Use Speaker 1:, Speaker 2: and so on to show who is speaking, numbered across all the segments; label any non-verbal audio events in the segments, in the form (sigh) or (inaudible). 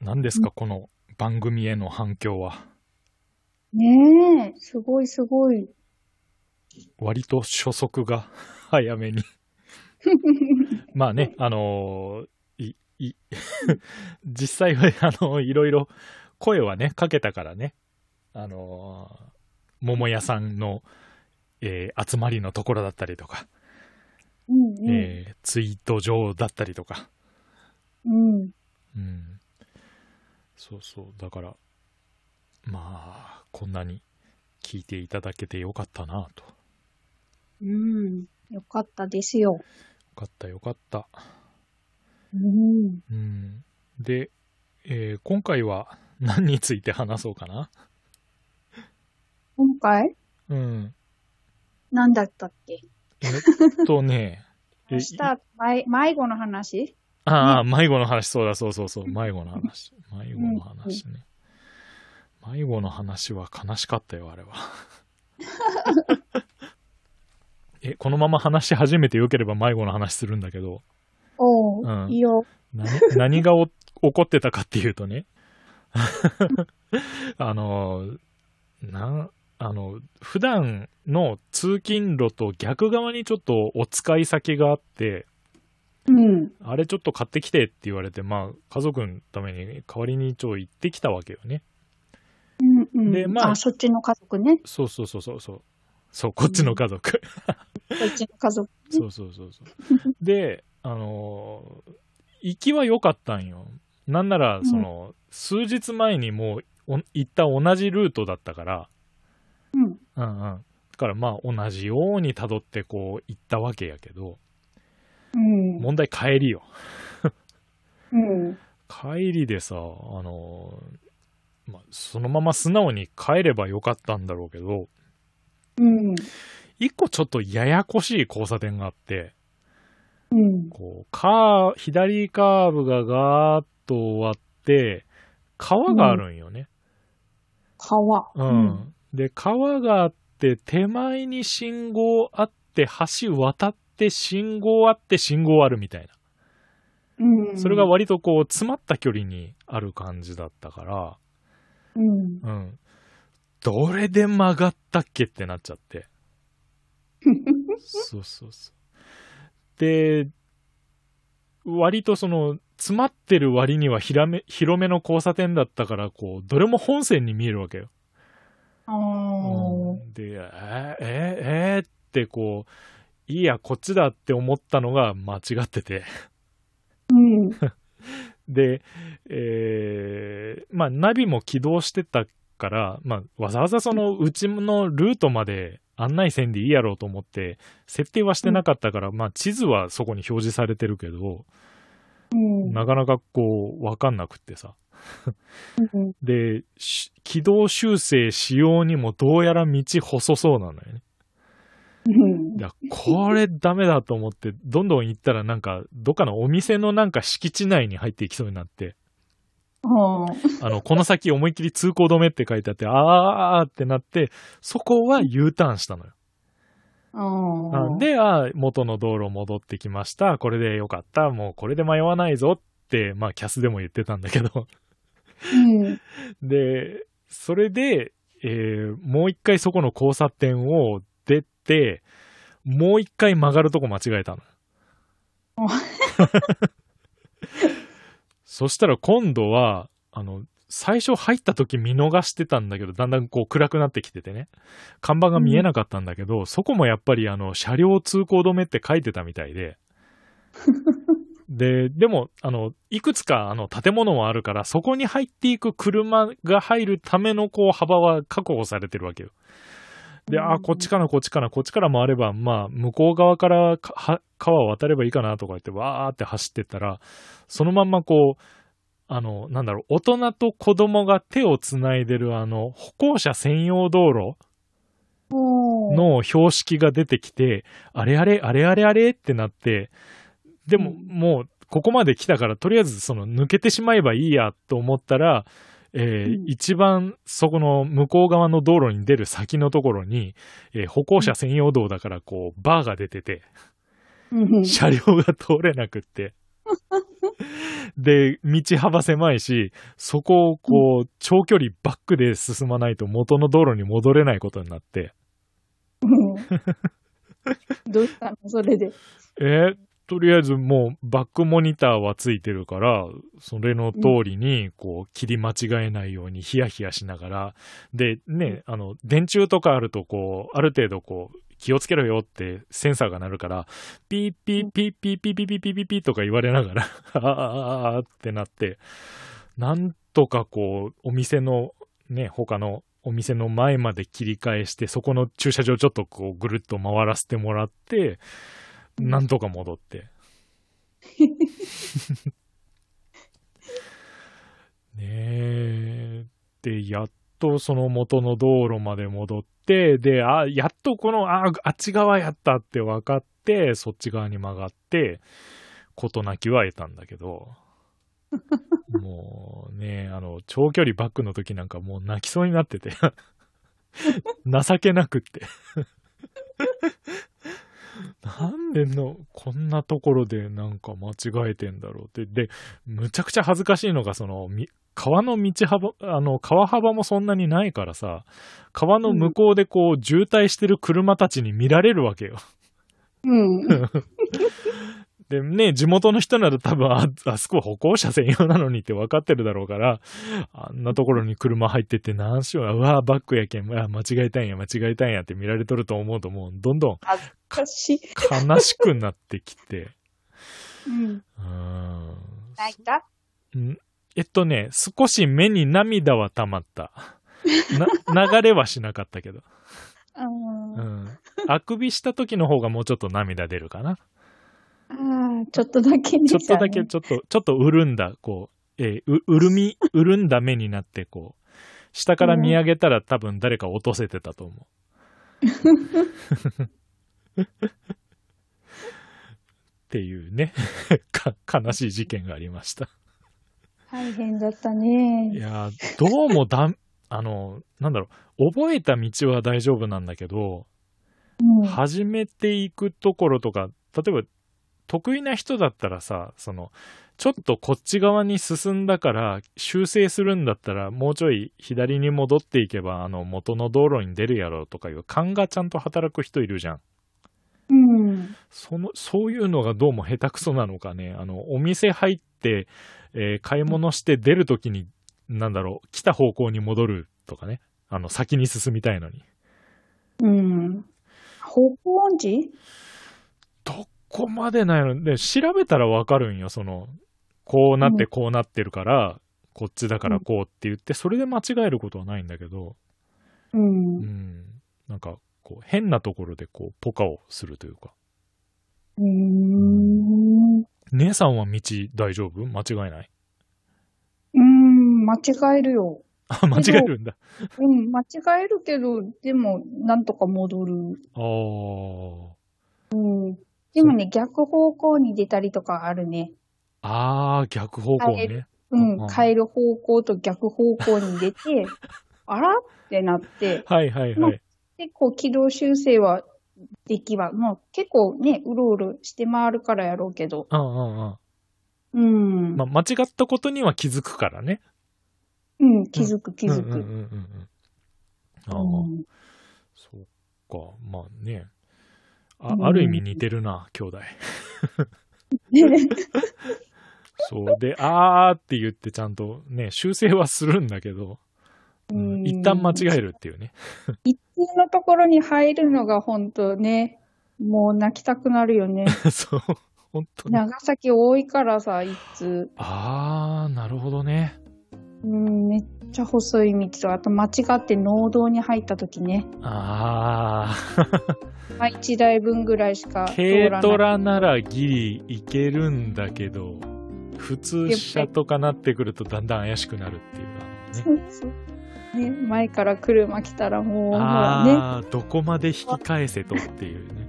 Speaker 1: 何ですか、この番組への反響は。
Speaker 2: ねえ、すごいすごい。
Speaker 1: 割と初速が (laughs) 早
Speaker 2: (laughs)
Speaker 1: めに。まあね、あのーい、い、 (laughs) 実際は、あのーいろいろ声はね、かけたからね、あのー桃屋さんの、えー集まりのところだったりとか、
Speaker 2: うんうん。
Speaker 1: えーツイート上だったりとか、
Speaker 2: うん。
Speaker 1: うん。そうそう。だから、まあ、こんなに聞いていただけてよかったなと。よ
Speaker 2: うん。よかったですよ。
Speaker 1: かった、よかった。
Speaker 2: うん。
Speaker 1: うん。で、えー今回は何について話そうかな。
Speaker 2: 今回
Speaker 1: うん。
Speaker 2: 何だったっけ、
Speaker 1: えっとね
Speaker 2: 明
Speaker 1: えい
Speaker 2: 日、迷迷子の話
Speaker 1: ああ、迷子の話、そうだ、そうそうそう、迷子の話。迷子の話ね。迷子の話は悲しかったよ、あれは。 (laughs) え、このまま話し始めてよければ迷子の話するんだけど、
Speaker 2: おう、
Speaker 1: うん
Speaker 2: いいよ。
Speaker 1: 何何がお起こってたかっていうとね、 (laughs) あの、なん、あの、普段の通勤路と逆側にちょっとお使い先があって、
Speaker 2: うん。
Speaker 1: あれちょっと買ってきてって言われて、まあ、家族のために代わりに一応行ってきたわけよね。
Speaker 2: うんうん。
Speaker 1: でまあ
Speaker 2: そっちの家族ね。
Speaker 1: そうそうそうそうそう。そう、こっちの家族。
Speaker 2: そっちの家族。
Speaker 1: そうそうそうそう。で、あのー行きは良かったんよ。なんなら、その、数日前にもうお行った同じルートだったから、
Speaker 2: うん。
Speaker 1: うんうん。だからまあ、同じように辿ってこう行ったわけやけど、
Speaker 2: うん。
Speaker 1: 問題帰りよ。
Speaker 2: うん。
Speaker 1: 帰りでさ、あのーまあ、そのまま素直に帰ればよかったんだろうけど、
Speaker 2: うん。
Speaker 1: 一個ちょっとややこしい交差点があって、
Speaker 2: うん。
Speaker 1: こう、カー、左カーブがガーッと終わって、川があるんよね。
Speaker 2: 川。
Speaker 1: うん。で、川があって、手前に信号あって、橋渡って、信号あって、信号あるみたいな。
Speaker 2: うん。うん
Speaker 1: それが、割とこう、詰まった距離にある感じだったから、
Speaker 2: うん。 (laughs)
Speaker 1: うん。どれで曲がったっけってなっちゃって。そうそうそう。で、割とその、詰まってる割にはひらめ広めの交差点だったから、こう、どれも本線に見えるわけよ。
Speaker 2: あー
Speaker 1: うんで、えー、えー、えーってこう、いいや、こっちだって思ったのが間違ってて。
Speaker 2: うん。
Speaker 1: で、えーまあ、ナビも起動してたから、まあ、わざわざそのうちのルートまで案内せんでいいやろうと思って、設定はしてなかったから、まあ、地図はそこに表示されてるけど、
Speaker 2: う
Speaker 1: (laughs)
Speaker 2: ん。
Speaker 1: なかなかこう、わかんなくってさ。
Speaker 2: うん
Speaker 1: で、し軌道修正しようにもどうやら道細そうなのよね。
Speaker 2: うん
Speaker 1: いや、これダメだと思って、どんどん行ったらなんか、どっかのお店のなんか敷地内に入っていきそうになって、
Speaker 2: あー
Speaker 1: あの、この先思いっきり通行止めって書いてあって、あーあーあーってなって、そこは U ターンしたのよ。あ
Speaker 2: あー。
Speaker 1: で、あー元の道路戻ってきました。これでよかった。もうこれで迷わないぞって、まあ、キャスでも言ってたんだけど。
Speaker 2: うん。
Speaker 1: で、それで、えーもう一回そこの交差点を出て、もう一回曲がるとこ間違えたの
Speaker 2: お。
Speaker 1: そしたら今度は、あの、最初入った時見逃してたんだけど、だんだんこう暗くなってきててね、看板が見えなかったんだけど、そこもやっぱりあの、車両通行止めって書いてたみたいで、で、でも、あの、いくつか、あの、建物もあるから、そこに入っていく車が入るための、こう、幅は確保されてるわけよ。で、あ、こっちかな、こっちかな、こっちから回れば、まあ、向こう側からかは川を渡ればいいかな、とか言って、わーって走ってったら、そのまんま、こう、あの、なんだろう、大人と子供が手をつないでる、あの、歩行者専用道路
Speaker 2: おー。
Speaker 1: の標識が出てきて、あれあれ、あれあれあれってなって、でも、
Speaker 2: うん
Speaker 1: もう、ここまで来たから、とりあえず、その、抜けてしまえばいいや、と思ったら、えー
Speaker 2: うん
Speaker 1: 一番、そこの、向こう側の道路に出る先のところに、えー歩行者専用道だから、こう、バーが出てて、
Speaker 2: うん (laughs)
Speaker 1: 車両が通れなくって。で、道幅狭いし、そこをこう、長距離バックで進まないと元の道路に戻れないことになって、
Speaker 2: うんどうしたのそれで。
Speaker 1: えーとりあえずもうバックモニターはついてるから、それの通りに、こう、切り間違えないようにヒヤヒヤしながら、で、ね、あの、電柱とかあると、こう、ある程度こう、気をつけろよってセンサーが鳴るから、ピーピーピーピーピーピーピーピーピーピーとか言われながら、あーあーあーってなって、なんとかこう、お店の、ね、他のお店の前まで切り返して、そこの駐車場ちょっとこう、ぐるっと回らせてもらって、なんとか戻って。ねえ。で、やっとその元の道路まで戻って、で、あ、やっとこの、あ、あっち側やったって分かって、そっち側に曲がって、事なきは得たんだけど、もうね、あの、長距離バックの時なんかもう泣きそうになってて、情けなくって。なんでの、こんなところでなんか間違えてんだろうって。で、むちゃくちゃ恥ずかしいのが、その、み川の道幅、あの、川幅もそんなにないからさ、川の向こうでこう、渋滞してる車たちに見られるわけよ。
Speaker 2: うん。
Speaker 1: でね、地元の人なら多分、あ、あそこ歩行者専用なのにって分かってるだろうから、あんなところに車入ってって何しよう、うわバックやけん、あ間違えたんや、間違えたんやって見られとると思うと、もうどんどん
Speaker 2: 私、
Speaker 1: 悲しくなってきて、 (laughs)
Speaker 2: うん。
Speaker 1: うーん。
Speaker 2: 泣いた
Speaker 1: んえっとね、少し目に涙は溜まった。な、流れはしなかったけど。
Speaker 2: あ
Speaker 1: う
Speaker 2: ー
Speaker 1: ん。あくびした時の方がもうちょっと涙出るかな。
Speaker 2: あー、ちょっとだけで
Speaker 1: ちょっ
Speaker 2: した、
Speaker 1: と
Speaker 2: ね。
Speaker 1: だけ、ちょっと、ちょっと潤んだ、こう、えーう、潤み、潤んだ目になって、こう、下から見上げたら多分誰か落とせてたと思う。っていうね、 (laughs) か、悲しい事件がありました。
Speaker 2: 大変だった
Speaker 1: い
Speaker 2: ね。
Speaker 1: やー、どうもだ、あの、なんだろう、覚えた道は大丈夫なんだけど、
Speaker 2: うん。
Speaker 1: 始めていくところとか、例えば、得意な人だったらさ、その、ちょっとこっち側に進んだから、修正するんだったら、もうちょい左に戻っていけば、あの、元の道路に出るやろうとかいう勘がちゃんと働く人いるじゃん。
Speaker 2: うん。
Speaker 1: その、そういうのがどうも下手くそなのかね。あの、お店入って、えー買い物して出るときに、なんだろう、来た方向に戻るとかね。あの、先に進みたいのに。
Speaker 2: うん。方向音痴
Speaker 1: どこまでないので、調べたらわかるんよ。その、こうなってこうなってるから、こっちだからこうって言って、それで間違えることはないんだけど、う
Speaker 2: う。
Speaker 1: んん。なんか、こう、変なところでこう、ポカをするというか。
Speaker 2: うーん。
Speaker 1: 姉さんは道大丈夫間違えない (laughs)
Speaker 2: うん、間違えるよ。
Speaker 1: あ、間違えるんだ。
Speaker 2: うん、間違えるけど、でも、なんとか戻る。
Speaker 1: ああ。
Speaker 2: うん。でもね、逆方向に出たりとかあるね。
Speaker 1: ああ、逆方向
Speaker 2: 変え
Speaker 1: ね。
Speaker 2: う
Speaker 1: うん
Speaker 2: ん、変える方向と逆方向に
Speaker 1: (laughs)
Speaker 2: 出て、あらってなって、
Speaker 1: はいはいはい。
Speaker 2: 結構軌道修正はできは、もう結構ね、うろうろして回るからやろうけど、
Speaker 1: うんうんうん。
Speaker 2: うん、
Speaker 1: まあ、間違ったことには気づくからね。
Speaker 2: うん、気づく気づ
Speaker 1: うんうんうん
Speaker 2: く。
Speaker 1: うん。ああ、
Speaker 2: うん
Speaker 1: そっか。まあね。あ
Speaker 2: う、ん
Speaker 1: ある意味似てるな、兄
Speaker 2: (laughs)
Speaker 1: 弟。そう。で、あーって言ってちゃんとね、修正はするんだけど、
Speaker 2: うん
Speaker 1: 一旦間違えるっていうね。 (laughs)
Speaker 2: 普通のところに入るのが本当ね、もう泣きたくなる
Speaker 1: (laughs)
Speaker 2: よね。
Speaker 1: そう。本当に。
Speaker 2: 長崎多いからさ、いつ。
Speaker 1: あー、なるほどね。
Speaker 2: うん、めっちゃ細い道と、あと間違って農道に入った時ね。
Speaker 1: あ
Speaker 2: まあ、1台分ぐらいしか
Speaker 1: ー。
Speaker 2: 通
Speaker 1: 軽
Speaker 2: ら
Speaker 1: ト
Speaker 2: ない。
Speaker 1: ラならギリいけるんだけど、普通車とかなってくるとだんだん怪しくなるっていうあのね。
Speaker 2: そうそうね、前から車来たらもう、ほらね。
Speaker 1: ああ、どこまで引き返せとっていうね。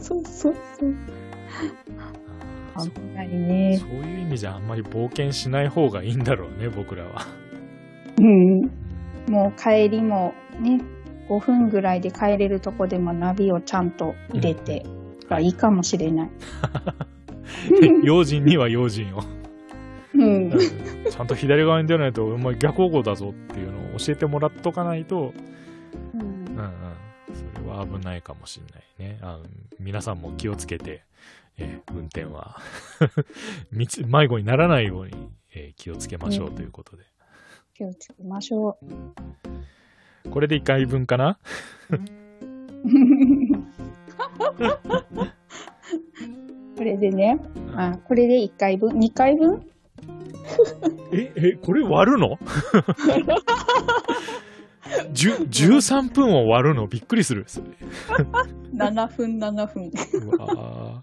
Speaker 2: そうそうそう。
Speaker 1: あー
Speaker 2: 危ないね。
Speaker 1: そういう意味じゃあんまり冒険しない方がいいんだろうね、僕らは。
Speaker 2: うん。もう帰りもね、5分ぐらいで帰れるとこでもナビをちゃんと入れてがいいかもしれない。
Speaker 1: 用心には用心を。
Speaker 2: うん。
Speaker 1: ちゃんと左側に出ないと、お前逆方向だぞっていうのを教えてもらっとかないと、うんうん。それは危ないかもしんないね。あの皆さんも気をつけて、えー運転は (laughs) 道、迷子にならないように、えー気をつけましょうということで。
Speaker 2: 気をつけましょう。 (laughs)
Speaker 1: これで1回分かな
Speaker 2: これでね、あ、これで1回分、2回分
Speaker 1: え、え、これ割るの (laughs) じゅ ?13 分を割るのびっくりする。
Speaker 2: ?7 分、7分。
Speaker 1: うわ